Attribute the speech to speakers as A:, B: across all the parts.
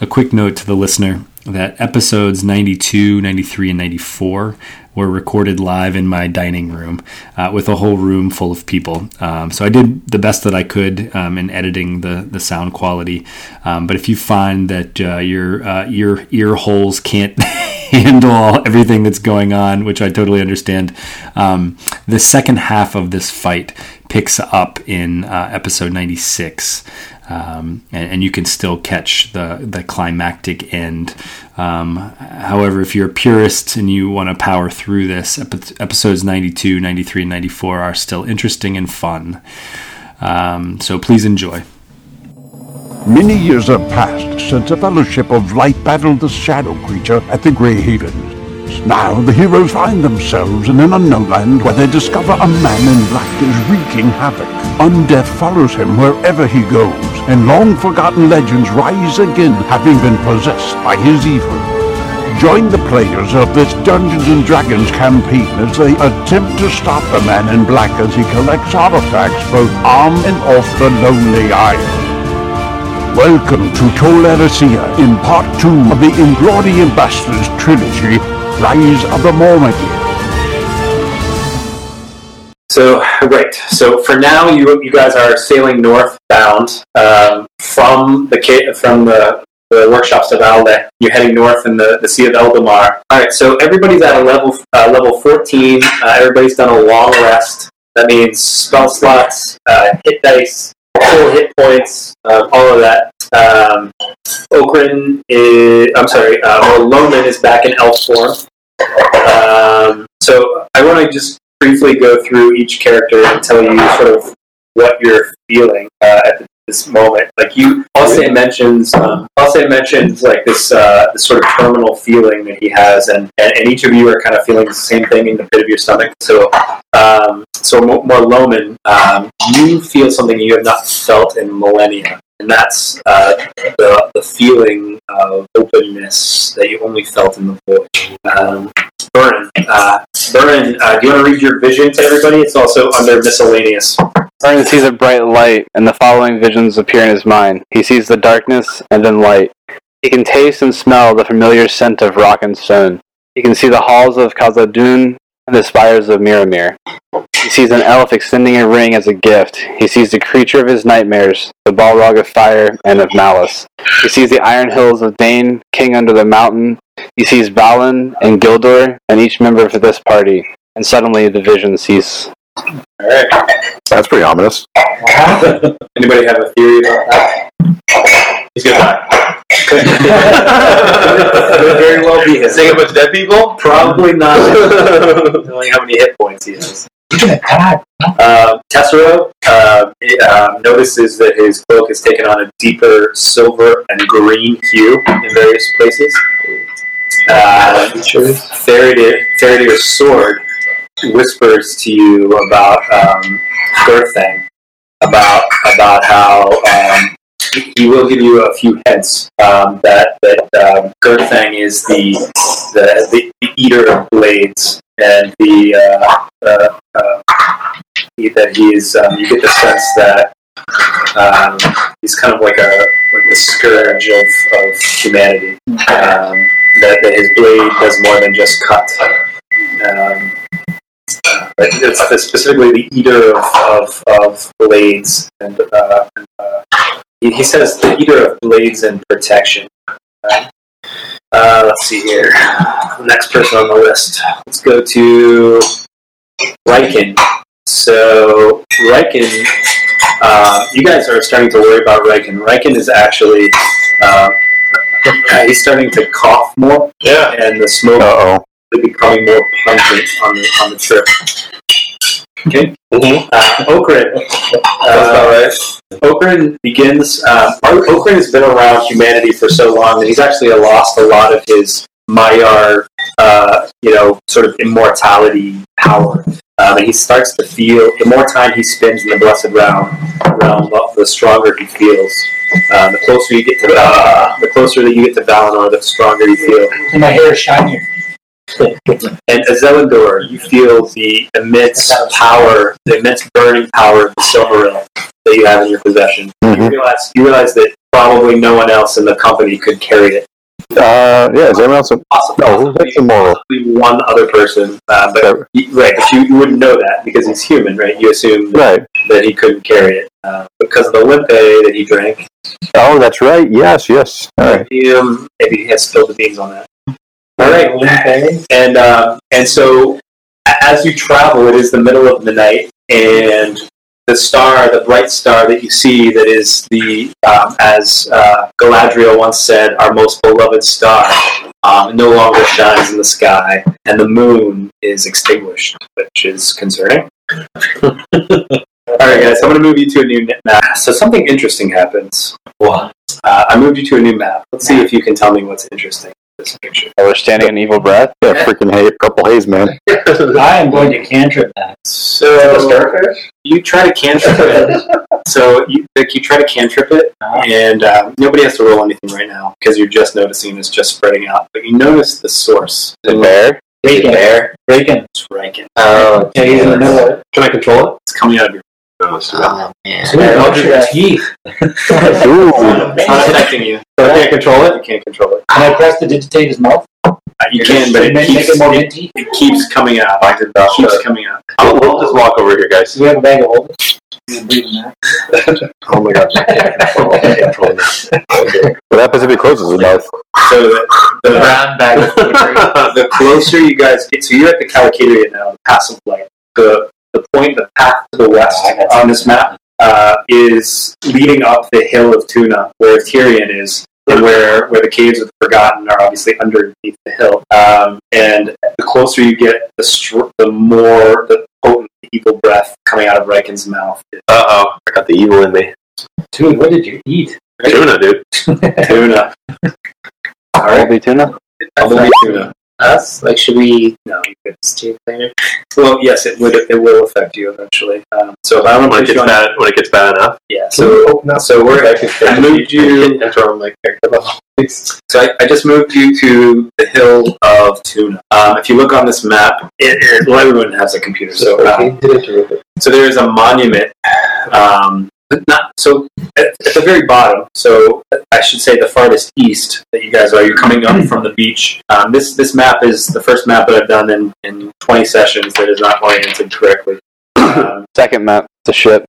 A: A quick note to the listener that episodes 92, 93, and 94 were recorded live in my dining room uh, with a whole room full of people. Um, so I did the best that I could um, in editing the, the sound quality. Um, but if you find that uh, your, uh, your ear holes can't handle everything that's going on, which I totally understand, Um, the second half of this fight picks up in uh, episode 96. Um, and, and, you can still catch the the climactic end. Um, however, if you're a purist and you want to power through this, epi- episodes 92, 93, and 94 are still interesting and fun. Um, so please enjoy.
B: Many years have passed since a fellowship of light battled the shadow creature at the Grey Havens. Now the heroes find themselves in an unknown land where they discover a man in black is wreaking havoc. Undeath follows him wherever he goes, and long forgotten legends rise again having been possessed by his evil. Join the players of this Dungeons and Dragons campaign as they attempt to stop the man in black as he collects artifacts both on and off the Lonely Isle. Welcome to Tolerancia in part two of the Inglorious Bastards trilogy Rise of the Mormagir.
C: So, right. So for now, you you guys are sailing northbound um, from the from the, the workshops of Alde. You're heading north in the, the Sea of Eldamar. All right. So everybody's at a level uh, level 14. Uh, everybody's done a long rest. That means spell slots, uh, hit dice, full hit points, um, all of that. Um, Okrin is, I'm sorry, uh, or Loman is back in elf form. Um, so I want to just briefly go through each character and tell you sort of what you're feeling uh, at this moment. Like you, Alsay mentions, um, Alsay mentions like this, uh, this sort of terminal feeling that he has, and, and, and, each of you are kind of feeling the same thing in the pit of your stomach. So, um, so more, more Loman, um, you feel something you have not felt in millennia and that's uh, the, the, feeling of openness that you only felt in the void. Um, Burren, uh, Burren uh, do you want to read your vision to everybody? It's also under miscellaneous.
D: Burren sees a bright light, and the following visions appear in his mind. He sees the darkness and then light. He can taste and smell the familiar scent of rock and stone. He can see the halls of Khazad-dûn and the spires of Miramir. He sees an elf extending a ring as a gift. He sees the creature of his nightmares, the Balrog of fire and of malice. He sees the iron hills of Dane, king under the mountain. He sees Balin and Gildor and each member of this party. And suddenly the vision ceases.
C: Alright.
E: That's pretty ominous.
C: Anybody have a theory about that? He's gonna die. Could very well be him.
F: Sing a bunch of dead people?
C: Probably not. Knowing how many hit points he has. Uh, Tessero uh, it, uh, notices that his cloak has taken on a deeper silver and green hue in various places. Uh, Faraday, Faraday's sword whispers to you about um, Gerthang, about about how um, he will give you a few hints um, that that um, Gerthang is the, the the eater of blades and the uh, uh, uh, that he is. Um, you get the sense that um, he's kind of like a like the scourge of, of humanity. Um, that, that his blade does more than just cut. Um, it's specifically the eater of, of, of blades, and uh, he, he, says the eater of blades and protection. Uh, let's see here. Next person on the list. Let's go to Riken. So, Riken, uh, you guys are starting to worry about Riken. Riken is actually, uh, he's starting to cough more.
F: Yeah.
C: And the smoke
E: Uh-oh.
C: is becoming more pungent on the, on the trip. Okay.
F: Mm-hmm.
C: Uh, Okrin.
F: Uh,
C: Okrin begins. Uh, Okrin has been around humanity for so long that he's actually lost a lot of his Maiar, uh, you know, sort of immortality power, um, and he starts to feel. The more time he spends in the blessed realm, realm the stronger he feels. Uh, the closer you get to Val- the closer that you get to Valinor, the stronger you feel.
G: And my hair is shinier.
C: And Azelindor, you feel the immense power, the immense burning power of the Silmaril that you have in your possession.
E: Mm-hmm.
C: You realize you realize that probably no one else in the company could carry it.
E: Uh, yeah, is anyone else?
C: Possibly,
E: No, who gets the moral?
C: one other person, uh, but
E: That-
C: he- right, but you, you wouldn't know that because he's human, right? You assume that,
E: Right.
C: that he couldn't carry it uh, because of the limpe that he drank.
E: Oh, that's right. Yes, yes.
D: Oh,
E: All right.
C: He, um, maybe he had spilled the beans on that. All right, and uh, and so a- as you travel, it is the middle of the night, and the star, the bright star that you see, that is the um, as uh, Galadriel once said, our most beloved star, um, no longer shines in the sky, and the moon is extinguished, which is concerning. All right, guys, I'm going to move you to a new map. So something interesting happens. What? Uh, I moved you to a new map. Let's see if you can tell me what's interesting. in This picture.
D: Oh, we're standing in evil breath.
E: Yeah, freaking hay, purple haze, man.
G: I am going to cantrip that.
C: So you try to cantrip it. so you, Vic, you try to cantrip it,
G: Uh-huh.
C: and um, nobody has to roll anything right now because you're just noticing it's just spreading out. But you notice the source.
D: The bear.
G: Raken.
C: There,
G: Raken.
C: it's ranking.
F: Oh,
G: Yeah, he's in the middle of it.
C: Can I control it? It's coming out of your. Uh,
F: oh man.
G: Dude, watch your teeth.
E: Ooh.
C: It's not affecting you. You can't control it. You can't control it.
G: Oh, Can I press the digitate his mouth?
C: Uh, you can, but it
G: make, make
C: keeps
G: it more
C: it,
G: minty.
C: it keeps coming out. It keeps coming out.
E: I'll, we'll just walk over here, guys.
G: Do we have a bag of holding? You can breathe in that.
E: Oh my god. what happens if he closes his mouth?
C: So the,
F: The
C: the,
F: brown bag of poetry.
C: the closer you guys get, so you're at the Calicaria now, the pass of light. The the point, the path to the west
E: Oh,
C: on this map uh, is leading up the hill of Tuna, where Tyrion is, and where where the caves of the Forgotten are obviously underneath the hill. Um, and the closer you get, the str- the more the potent evil breath coming out of Riken's mouth.
E: Uh oh. I got the evil in me.
G: Dude, what did you eat?
E: Tuna, dude.
C: Tuna,
D: All right. tuna.
C: Bumblebee Tuna.
F: Us? Like, should we
C: No, you could-
F: stay later?
C: well, yes, it would. It will affect you eventually. Um, so if I don't put you on,
E: bad, when it gets bad enough.
C: yeah. So so we're I moved you. So I, I just moved you to the hill of Tuna. Um, if you look on this map, it, it, well, everyone has a computer, so um, so there is a monument. Um, but not so at, at the very bottom. So I should say the farthest east that you guys are. You're coming up from the beach. Um, this this map is the first map that I've done in, in 20 sessions that is not oriented correctly. um,
D: Second map. The ship.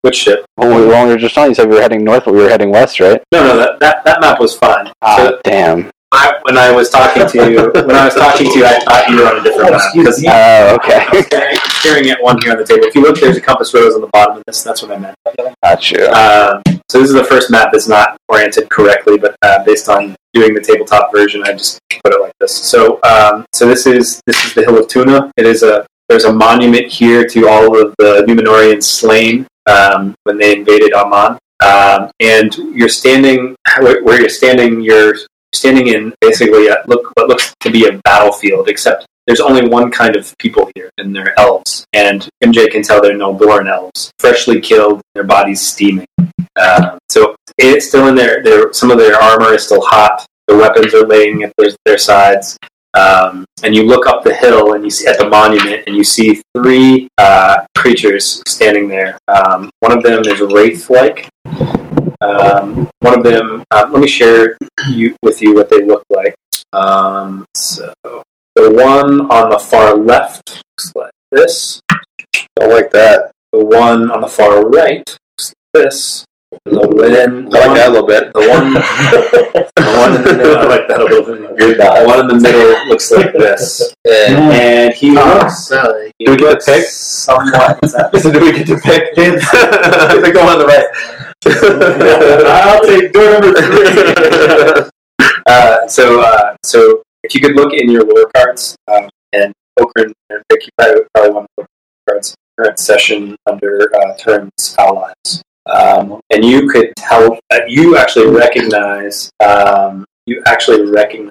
C: which ship?
D: When we, when we were just on, you said we were heading north, but we were heading west, right?
C: No, no, that, that, that map was fine.
H: Uh,
D: Ah,
C: So
D: damn.
C: I, when I was talking to you, when I was talking to you, I thought you were on a different map because
D: Oh, okay.
C: staring at one here on the table. If you look, there's a compass rose on the bottom of this. That's what I meant.
D: Got you.
C: Um, so this is the first map that's not oriented correctly, but uh, based on doing the tabletop version, I just put it like this. So, um, so this is this is the Hill of Tuna. It is a there's a monument here to all of the Numenorians slain um, when they invaded Amman. Um, and you're standing where where you're standing. You're standing in basically a, look what looks to be a battlefield, except there's only one kind of people here, and they're elves. And MJ can tell they're Noldoran elves, freshly killed, their bodies steaming. Um, so it's still in there. Their, some of their armor is still hot. The weapons are laying at their, their sides. Um, and you look up the hill and you see at the monument, and you see three uh, creatures standing there. Um, one of them is wraith-like. Um, one of them. Uh, let me share you, with you what they look like. Um, so. The one on the far left looks like this.
E: I like that.
C: The one on the far right looks like this. The
E: I
C: one,
E: like that a little bit.
C: the one, the one in the middle, I like that a little bit. The one in the middle looks like this, Ah.
F: Yeah.
C: and he looks.
F: So,
C: Do we get to pick? Somewhat. Do we get to pick? the one on the right. I'll take door number three. Uh, so, uh, so if you could look in your lore cards, um, and Okran and Vic, you probably, probably want to look at your cards current session under uh, terms allies. Um, and you could tell uh, you actually recognize um, you actually recognize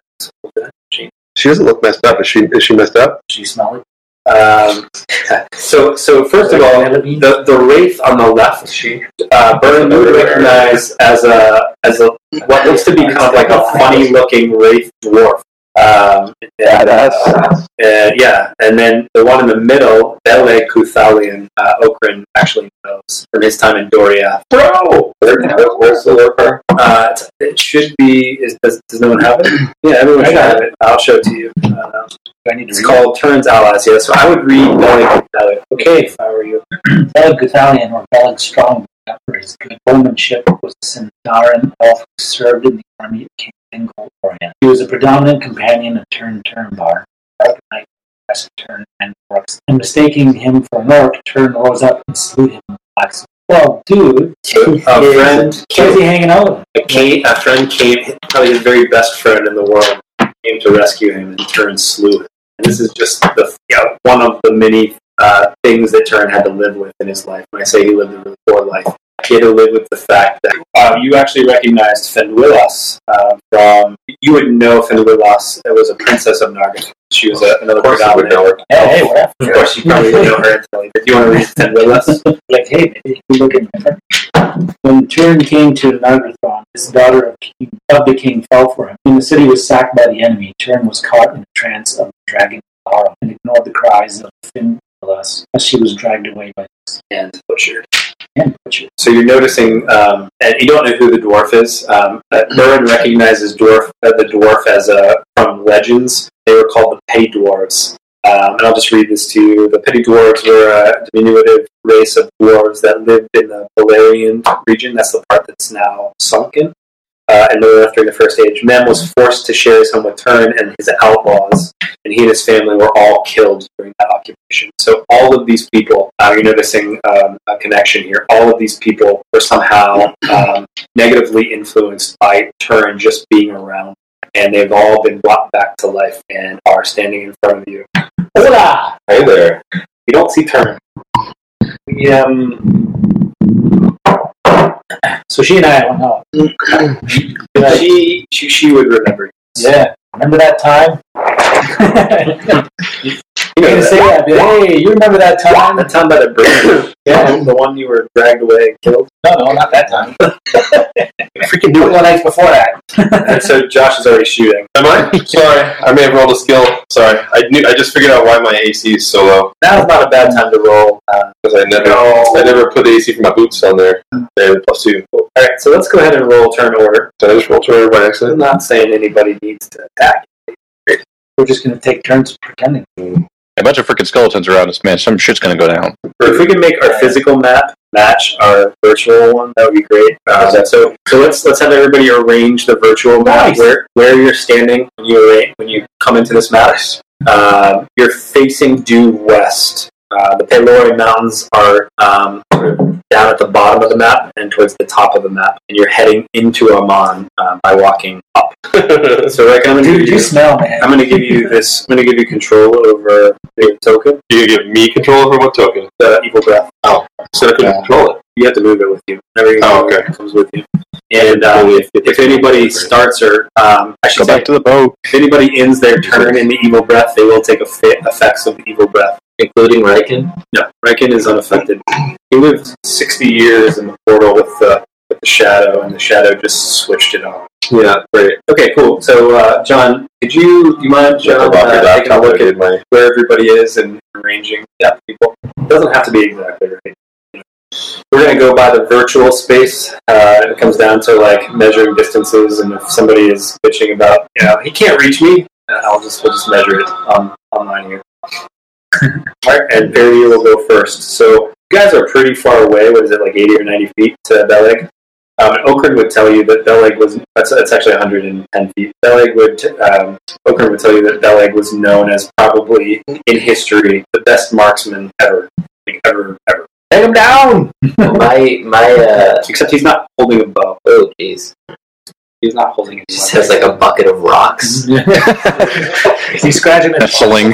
E: she doesn't look messed up. Is she? Is she messed up?
G: Did you smell it?
C: um, so so first of all the, the wraith on the left she uh, Burn you recognize as a as a what looks to be kind of like a funny looking wraith dwarf Um, yeah,
D: Badass.
C: uh, yeah, and then the one in the middle, Bele Kuthalian, uh, Okran actually knows from his time in Doria.
E: Bro! Where- where- Where's the lore card?
C: Uh, it's- it should be. Is, does, does no one have it? Yeah, everyone should have it. I'll show it to you. Um,
G: I need to
C: it's
G: read
C: called Turns Allies. Yeah, so I would read Bele Kuthalian. Okay, if I were you.
G: Bella Guthalion or Bella Strong for his good bowmanship was a Sindarin elf who served in the army of King Bengal Orient. He was a predominant companion of Turn Turnbar, Dark Knight, West Turn, and Orcs. And mistaking him for an orc, Turn rose up and slew him with a black sword. Well, dude,
C: A friend
G: why is he hanging out with him?
C: a, came, a friend came, probably his very best friend in the world, came to rescue him and Turn slew him. And this is just the you know, one of the many uh, things that Turn had to live with in his life. When I say he lived a really poor life, he had to live with the fact that uh, you actually recognized Fenwilas uh, from. You would know Fenwilas. It was a princess of Narga. She was a, another
E: Of course I would
C: predominant.
E: know her.
G: Hey, hey, what
C: Of course, you probably would know her. Until, if you want to read Fenwilas,
G: Like, hey, maybe you look at him. When Turin came to Nargothrond, his daughter of, king, of the king fell for him. When the city was sacked by the enemy, Turin was caught in a trance of the dragon Lara and ignored the cries of Finlas as she was dragged away by
C: and Butcher.
G: him. Which
C: So you're noticing, um, and you don't know who the dwarf is. Um, but Merwin recognizes dwarf uh, the dwarf as a from legends. They were called the petty dwarves. Um, and I'll just read this to you. The petty dwarves were a diminutive race of dwarves that lived in the Balerian region. That's the part that's now sunken. Uh, and later during the First Age, Mem was forced to share his home with Turn and his outlaws and he and his family were all killed during that occupation. So all of these people, uh, you're noticing um, a connection here. All of these people were somehow um, negatively influenced by Turin just being around, and they've all been brought back to life and are standing in front of you.
G: Hola!
E: Hey there.
C: You don't see Turin. We, um,
G: So she and I went out.
C: but she, she she would remember.
G: Yeah. Remember that time?
C: You
G: You're
C: know
G: gonna
C: that.
G: say that, be like, hey, you remember that time?
C: the time by the bridge. yeah, the one you were dragged away and killed.
G: No, no, not that time.
C: Freaking do
G: Couple of nights before that.
C: And so Josh is already shooting.
E: Am I? Sorry, I may have rolled a skill. Sorry, I knew. I just figured out why my AC is so low
C: Now's not a bad time to roll. Uh,
E: because I never,
C: No.
E: I never put the AC for my boots on there. They were plus two. Did
C: All right, so let's go ahead and roll turn order.
E: I just roll to everybody by
C: I'm
E: accident?
C: not saying anybody needs to attack.
G: We're just going to take turns pretending.
H: A bunch of freaking skeletons around us, man. Some shit's gonna go down.
C: But if we can make our physical map match our virtual one, that would be great. Um, so, so let's let's have everybody arrange the virtual map
G: Nice.
C: where where you're standing when you arra- when you come into this map. Um, you're facing due west. Uh, the Pelori Mountains are um, down at the bottom of the map and towards the top of the map, and you're heading into Amman uh, by walking up. So, like, I'm gonna
G: Dude,
C: give
G: you smell, man.
C: I'm gonna give you this. I'm gonna give you control over the token,
E: You gonna give me control over what token? Oh,
C: the evil breath.
E: So I couldn't control it.
C: You have to move it with you. Every
E: Oh, okay.
C: comes with you. And um, if, if anybody starts or um, I
H: Go
C: should say,
H: back to the boat.
C: if anybody ends their turn in the evil breath, they will take affa- effects of the evil breath.
F: Including Riken?
C: No, Reikin is unaffected. He lived 60 years in the portal with the with the shadow, and the shadow just switched it on.
E: Yeah, great.
C: Okay, cool. So, uh, John, could you you mind
E: I
C: John
E: bought my
C: uh, taking a
E: laptop.
C: look
E: I
C: at
E: did my.
C: where everybody is and arranging that people. It doesn't have to be exactly right. We're going to go by the virtual space. Uh, it comes down to like measuring distances, and if somebody is bitching about, you know, he can't reach me, uh, I'll just we'll just measure it on online here. All right, and Perry will go first. So you guys are pretty far away. What is it like, eighty or ninety feet to Beleg? Um, and Okrin would tell you that Beleg was that's, that's actually one hundred and ten feet. Beleg would um, Okrin would tell you that Beleg was known as probably in history the best marksman ever, like ever, ever. Take him down.
F: my, my, uh,
C: Except he's not holding a bow.
F: oh, jeez.
C: He's not holding a
F: He just has like a bucket of rocks.
C: he's scratching
H: A sling.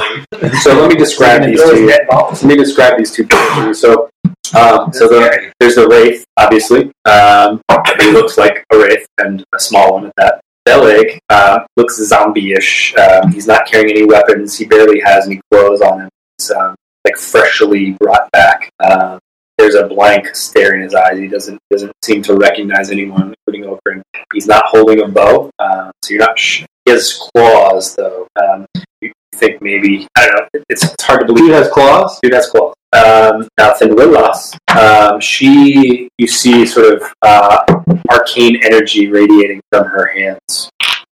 C: So let me describe these to you. Let me describe these two pictures. So, um, so the, there's the wraith, obviously. Um, it looks like a wraith and a small one at that. Beleg uh, looks zombie-ish. Um, he's not carrying any weapons. He barely has any clothes on him. He's um, like freshly brought back. Um, There's a blank stare in his eyes. He doesn't doesn't seem to recognize anyone, including Okrin. He's not holding a bow, um, so you're not. Sh- his claws, though, um, you think maybe I don't know. it- It's, it's hard to believe. Dude has claws. Dude has claws. Um, now Thindwillas, um, she you see sort of uh, arcane energy radiating from her hands.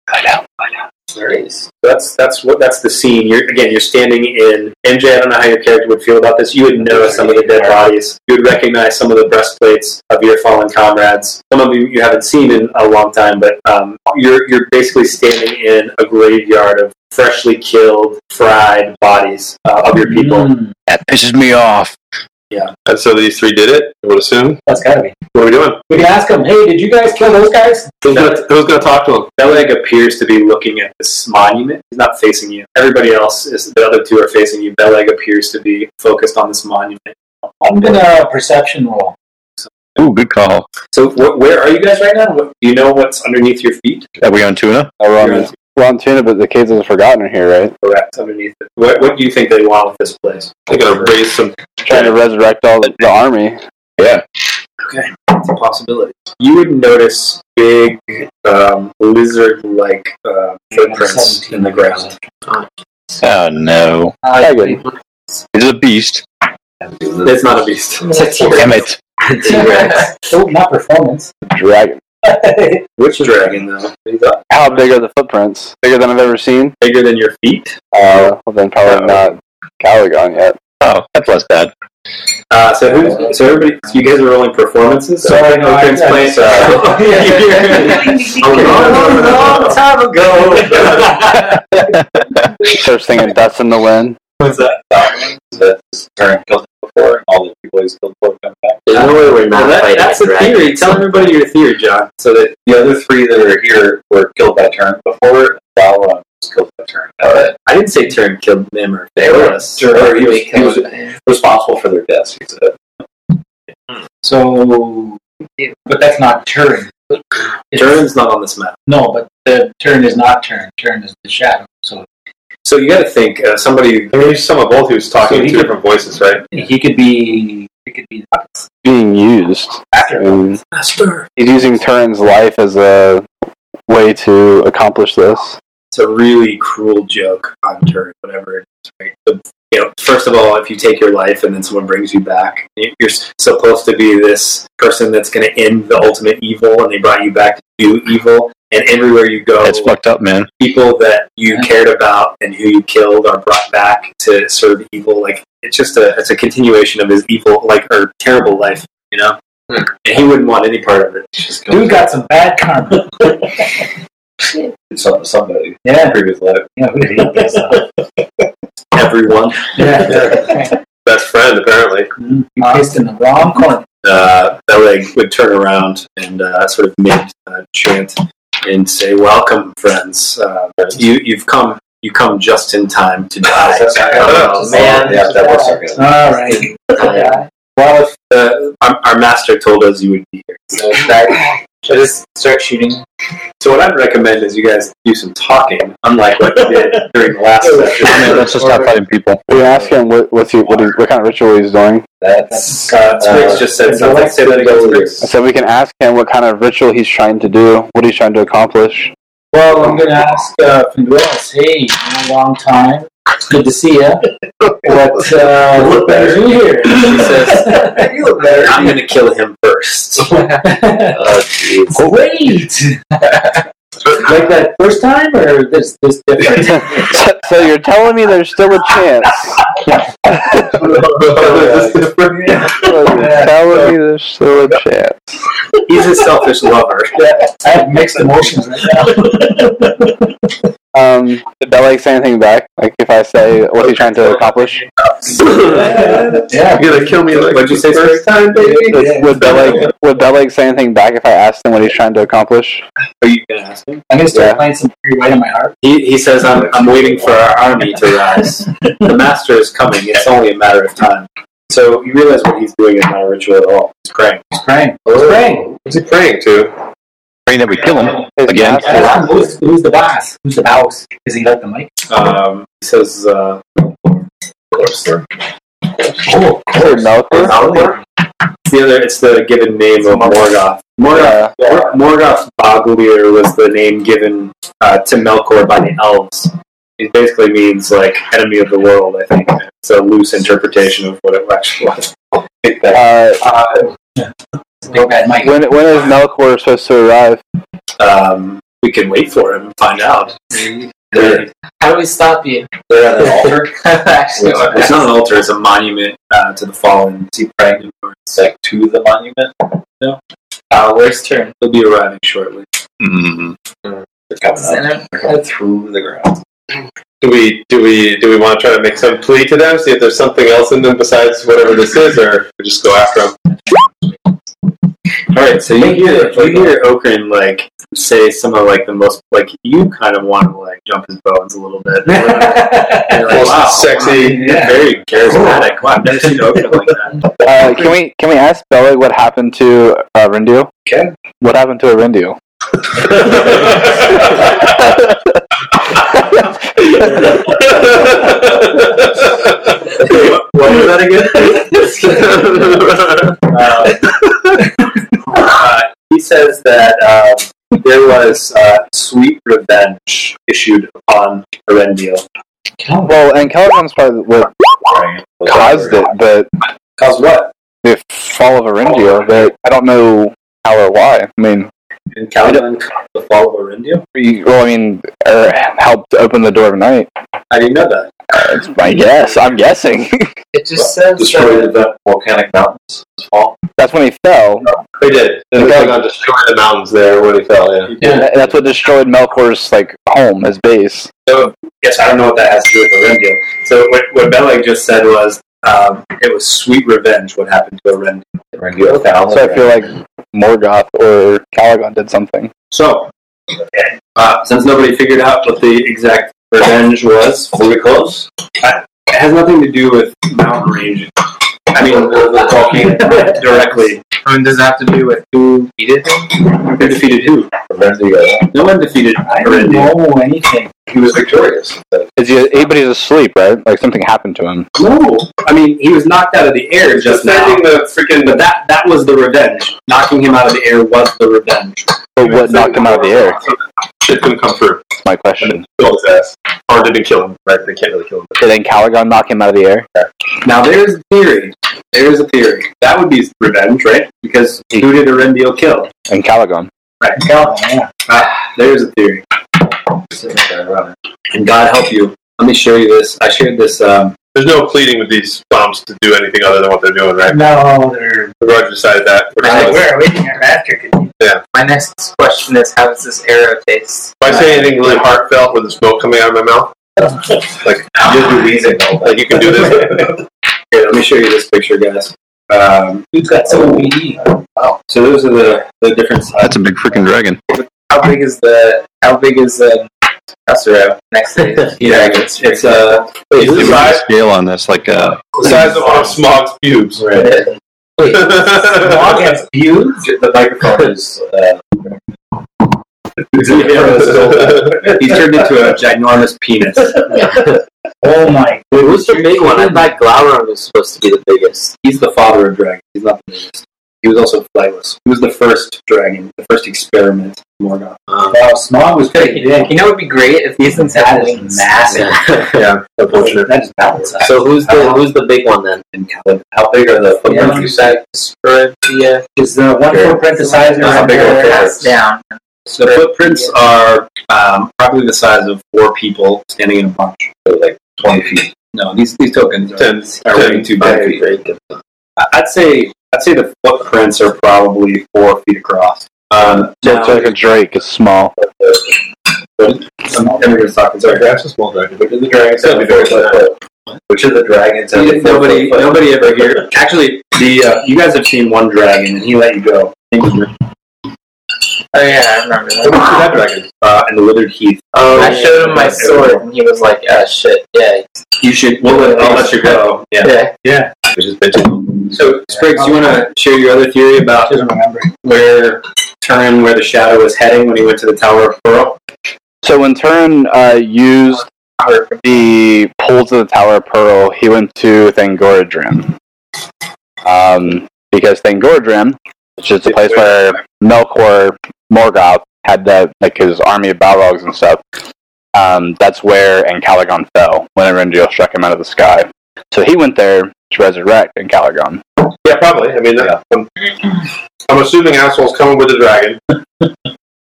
C: I know. I know.
F: Nice.
C: That's that's what that's the scene. You're again, you're standing in MJ. I don't know how your character would feel about this. You would know some of the dead bodies. You would recognize some of the breastplates of your fallen comrades. Some of you you haven't seen in a long time, but um, you're you're basically standing in a graveyard of freshly killed, fried bodies uh, of your people.
G: Mm,
H: That pisses me off.
E: And so these three did it. I would assume.
G: that's gotta be.
E: What are we doing?
G: We can ask them, hey, did you guys kill those guys?
E: Who's gonna, who's gonna talk to him?
C: Beleg appears to be looking at this monument. He's not facing you. Everybody else is the other two are facing you. Beleg appears to be focused on this monument.
G: I'm gonna uh, perception roll.
H: Ooh, good call.
C: So wh- where are you guys right now? What, do you know what's underneath your feet?
H: Are we on tuna?
D: Oh, we're,
C: You're
D: on, we're on tuna, but the kids are forgotten here, right?
C: Correct, underneath it. What, what do you think they want with this place?
E: They're gonna raise some.
D: Trying to resurrect all the, the army.
C: It's a possibility. You would notice big um, lizard-like uh, footprints in the ground.
H: Oh no,
D: Dragon.
H: it's a beast.
C: It's not a beast.
F: It's like T-Rex.
H: Damn it!
F: T-Rex.
G: Oh, not performance.
D: Dragon.
C: Which dragon, though? He's up
D: How big are the footprints? Bigger than I've ever seen?
C: bigger than your feet.
D: Uh, well, then probably not Caligon yet.
H: Oh, that's less bad.
C: Uh, so who's, so everybody, so you guys are rolling performances. So
G: Sorry, no, I-
C: Oakland's
G: I-
C: place, uh,
G: Oh,
C: a long, long, long time ago.
D: Starts singing Dust in the Wind.
E: What's that? That's Karen killed before, and all the people he's killed before come back.
F: There's no way we're not
C: Well, that,
F: fighting
C: that's
F: a
C: a
F: dragon.
C: theory. Tell everybody your theory, John.
E: So that the other three that are here were killed by Turn before. Balrog was killed by Turn.
F: Alright.
C: I didn't say Turn killed them or
F: They were.
E: Sure, he was-
F: They killed
E: he
F: them.
E: Responsible for their deaths. He's a,
G: So, but that's not turn. It's-
C: Turn's not on this map.
G: No, but the turn is not turn. Turn is the shadow. So
C: So you got to think uh, somebody.
E: I mean, he's some of both who's talking
G: So he
E: two
G: could-
E: different voices, right?
G: he could be. It could be
D: Being used. I
G: after.
D: mean,
C: Master.
D: he's using Turin's life as a way to accomplish this.
C: It's a really cruel joke on Turn, whatever it is. Right? So, you know, first of all, if you take your life and then someone brings you back, you- you're s- supposed to be this person that's going to end the ultimate evil, and they brought you back to do evil. And everywhere you go,
H: That's fucked up, man.
C: people that you
G: Yeah.
C: cared about and who you killed are brought back to serve evil. Like it's just a it's a continuation of his evil, like or terrible life, you know.
F: Hmm.
C: And he wouldn't want any part of it.
E: Just
G: Dude got some bad karma.
E: something somebody
G: yeah.
E: previous life.
G: yeah, we hate this stuff.
C: Everyone,
G: yeah.
E: Best friend, apparently.
G: Mm, You pissed in the wrong corner.
C: uh, Beleg would turn around and uh, sort of mid uh, chant and say, "Welcome, friends. Uh, you you've come you come just in time to die." um,
F: Oh, man.
E: Yeah, that works out good.
G: All right.
F: Yeah.
C: Well, if uh, our, our master told us you would be here.
F: So start, so just start shooting.
C: So what I'd recommend is you guys do some talking, unlike what you did during the last
H: Man,
C: session.
H: let's just stop fighting people.
D: We ask him what what's he, what, he, what kind of ritual he's doing.
E: That's
C: Uh, Spriggs just said something. Say that again, Spriggs.
D: I said we can ask him what kind of ritual he's trying to do, what he's trying to accomplish.
G: Well, I'm going to ask uh, Finglas, hey, been a long time. It's good to see you. What uh,
C: look better.
G: brings you here?
C: He says, "You look better. I'm going to kill him first.
F: Oh, jeez.
G: Great! like that first time or this this different?
D: so, so you're telling me there's still a chance? You're telling me there's still a chance?
C: He's a selfish lover.
G: I have mixed emotions right now.
D: Um, did Beleg say anything back? Like if I say what's he trying to accomplish?
G: yeah.
E: You're gonna kill me like
C: What'd you say, Spriggs?
E: time, baby?
D: Would, would Beleg would Beleg say anything back if I asked him what he's trying to accomplish?
C: Are you going to ask him?
G: I'm going to start
D: Yeah.
G: playing some Fury Right in My Heart.
C: He, he says, I'm, I'm waiting for our army to rise. The master is coming. It's only a matter of time. So you realize what he's doing is not a ritual at all. He's praying. Oh.
G: He's praying.
E: He's
G: praying.
E: Who's he praying to?
H: Praying that we kill him
D: His
H: again.
D: master-
G: Yeah, who's, who's the boss? Who's the boss? Is he like the mic?
C: Um, he says, uh,
D: Sir Melkor?
C: the other. It's the given name of Morgoth.
D: uh,
C: Morgoth, Mor- Morgoth Boglier was the name given uh, to Melkor by the elves. It basically means like enemy of the world. I think it's a loose interpretation of what it actually was.
D: Uh,
C: Uh,
G: Big bad Mike.
D: when, when is Melkor supposed to arrive?
C: um, we can wait for him and find out. There-
F: How do we stop you?
E: They're at an altar.
F: Actually,
E: What's-
C: It's not an altar; it's a monument uh, to the fallen.
E: Is he praying for it's like to the monument?
F: uh, where's turn?
C: He'll be arriving shortly.
H: Mm-hmm.
E: They're coming up.
F: Center?
E: They're coming through the ground.
I: Do we do we do we want to try to make some plea to them, see if there's something else in them besides whatever this is, or we just go after them?
C: All right, so you hear you hear Okrin like say some of like the most like you kind of want to like jump his bones a little bit. And you're like,
I: Most
C: wow,
I: sexy.
C: wow, very charismatic. Wow, I've never seen Okrin like that.
D: Uh, can we can we ask Belly what happened to uh, Rendu?
E: Okay.
D: What happened to Rendu?
C: what was that again? uh, he says that um, there was uh, sweet revenge issued upon Erendil.
D: well, and Caliban's probably what caused it, but
C: Cause what?
D: the fall of Arendio, that I don't know how or why. I mean,
C: In Caliban, the fall of Erendil?
D: you- well, I mean, er, helped open the door of night.
C: How do you know that?
D: It's my guess. I'm guessing.
F: It just says
E: Destroyed
F: that
E: the volcanic mountains. this fall.
D: That's when he fell.
I: We did.
D: Okay.
I: And okay. on destroying the mountains there when he fell, yeah.
D: And that- that's what destroyed Melkor's like home, his base.
C: So, yes, I don't know what that has to do with Erendil. So, what, what Belleg just said was um, it was sweet revenge what happened to Erendil.
E: Rendio found
D: So I
E: the
D: feel like Morgoth or Caliban did something.
C: So, uh, since nobody figured out what the exact revenge was, were we close? Uh, it has nothing to do with mountain range. I mean, the, the volcano directly.
F: I mean, does it have to do with who needed him?
C: Who defeated who?
E: Rendio.
C: No one defeated
G: I don't
C: Erendil.
G: know anything.
E: He was victorious.
D: Is he? But he's asleep, right? Like something happened to him.
C: No, I mean he was knocked out of the air just now.
I: Defending the freaking
C: But that that was the revenge. Knocking him out of the air was the revenge.
D: But what knocked him out of the air?
I: shit couldn't come through.
D: Is my question.
I: Killed his ass. Or didn't kill him, right? They can't really kill him.
D: Did then Caliban knock him out of the air?
C: Now there's a theory. There's a theory. That would be revenge, right? Because who did Erendil kill?
D: And Caliban.
G: Calvin, Oh, yeah.
C: There's a theory. And God help you. Let me show you this. I shared this. Um,
I: There's no pleading with these bombs to do anything other than what they're doing, right?
G: No, they're.
I: The Roger decided that. We're
F: Right.
I: just gonna-
G: We're awaiting our master. Could be
F: My next question is, how does this arrow taste?
I: If I say anything really heartfelt with the smoke coming out of my mouth, like
E: You'll do these and all
I: like you can do this.
C: here, let me show you this picture, guys. Um,
G: Who's got some BD?
C: so those are the, the different sizes.
H: That's a big freaking dragon.
F: How big is the? How big is
C: um,
F: the? That's the arrow. Next stage.
C: Yeah, it's it's uh, wait,
H: Give
C: is
H: me
C: this
H: the
C: size?
H: scale on this, like uh,
I: the size of one of Smog's pubes.
C: Logic's view. The microphone is. Uh, He's turned into a ginormous penis.
G: Oh my.
C: Wait, what's the big one? I thought
F: Glaurung was supposed to be the biggest.
C: he's the father of dragons. He's not the biggest. He was also flightless. He was the first dragon, the first experiment, Morgoth.
G: Wow, Smog was pretty big.
F: Um, You know, it would be great if these things had
G: That is
F: wings.
G: massive.
C: yeah, unfortunate.
G: That is balance.
F: So who's the who's the big one then?
C: And Calvin, how big are the footprints you said?
F: Scorpia.
G: Is the one
C: Sure.
G: footprint the size of
C: How big are the footprints?
F: down.
C: The footprints are um, probably the size of four people standing in a bunch.
E: So like 20 feet.
C: No, these these tokens are,
I: Ten,
C: are way
I: ten,
C: too
I: five
C: big. I- I'd say I'd say the footprints are probably four feet across. Um,
D: So
C: now-
D: it's like a Drake. It's small.
C: I'm everybody's talking. Sorry,
I: That's a small dragon.
E: Which is the dragons have a four foot foot? Which of the dragons have a four
C: nobody
E: foot foot?
C: nobody ever here. Actually, the uh, you guys have seen one dragon, and he let you go.
F: Oh yeah, I remember that.
I: That dragon.
C: Uh, and the withered heath.
F: Oh, I showed him my sword, and he was like, "Ah, shit, yeah,
C: You should. We'll let, I'll let you go. Yeah.
F: yeah."
E: Which is bitching.
C: So, Spriggs, you want to share your other theory about
G: doesn't remember.
C: where Turin, where the shadow was heading when he went to the Tower of Pearl?
D: So when Turn uh, used the poles of the Tower of Pearl, he went to Thangorodrim. Um, because Thangordrim, which is the place where Melkor Morgoth had the like his army of Balrogs and stuff, um, that's where Encalagon fell when Erendil struck him out of the sky. So he went there to resurrect Encalagon.
I: Yeah, probably. I mean, I'm, I'm assuming assholes coming with a dragon.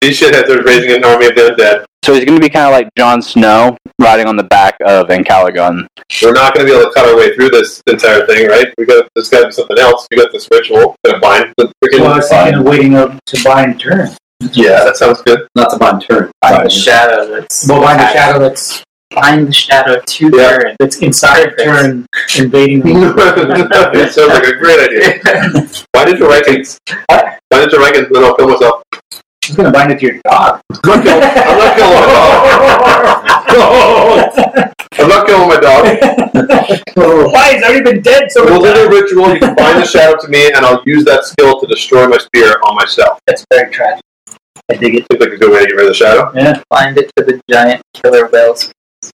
I: These shitheads are raising an army of the undead.
D: So he's going to be kind of like Jon Snow riding on the back of Encalagon.
I: We're not going to be able to cut our way through this entire thing, right? We got there's got to be something else. We got this ritual to bind. The freaking
G: Well, I was thinking of waiting up to bind turn.
I: yeah, that sounds good.
E: Not to bind turn.
F: Find the shadow that's
G: Well, find the
F: shadow that's find the shadow to
I: Yeah.
F: turn.
G: That's inside turn invading the
I: it sounds like a great idea. Why did you write it? Why did you write it? Then I'll kill myself.
G: He's gonna bind it to your dog.
I: I'm not killing, I'm not killing my dog. I'm not killing my dog.
G: Why? He's already been dead so
I: We'll
G: many
I: do
G: times.
I: the ritual. You can bind the shadow to me, and I'll use that skill to destroy my spear on myself.
G: That's very tragic. I dig it.
I: Seems like a good way to get rid of the shadow.
F: Find it to the giant killer whales.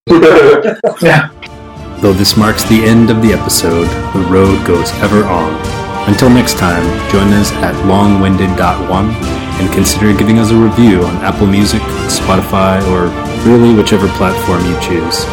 A: Though this marks the end of the episode, the road goes ever on. Until next time, join us at longwinded.one and consider giving us a review on Apple Music, Spotify, or really whichever platform you choose.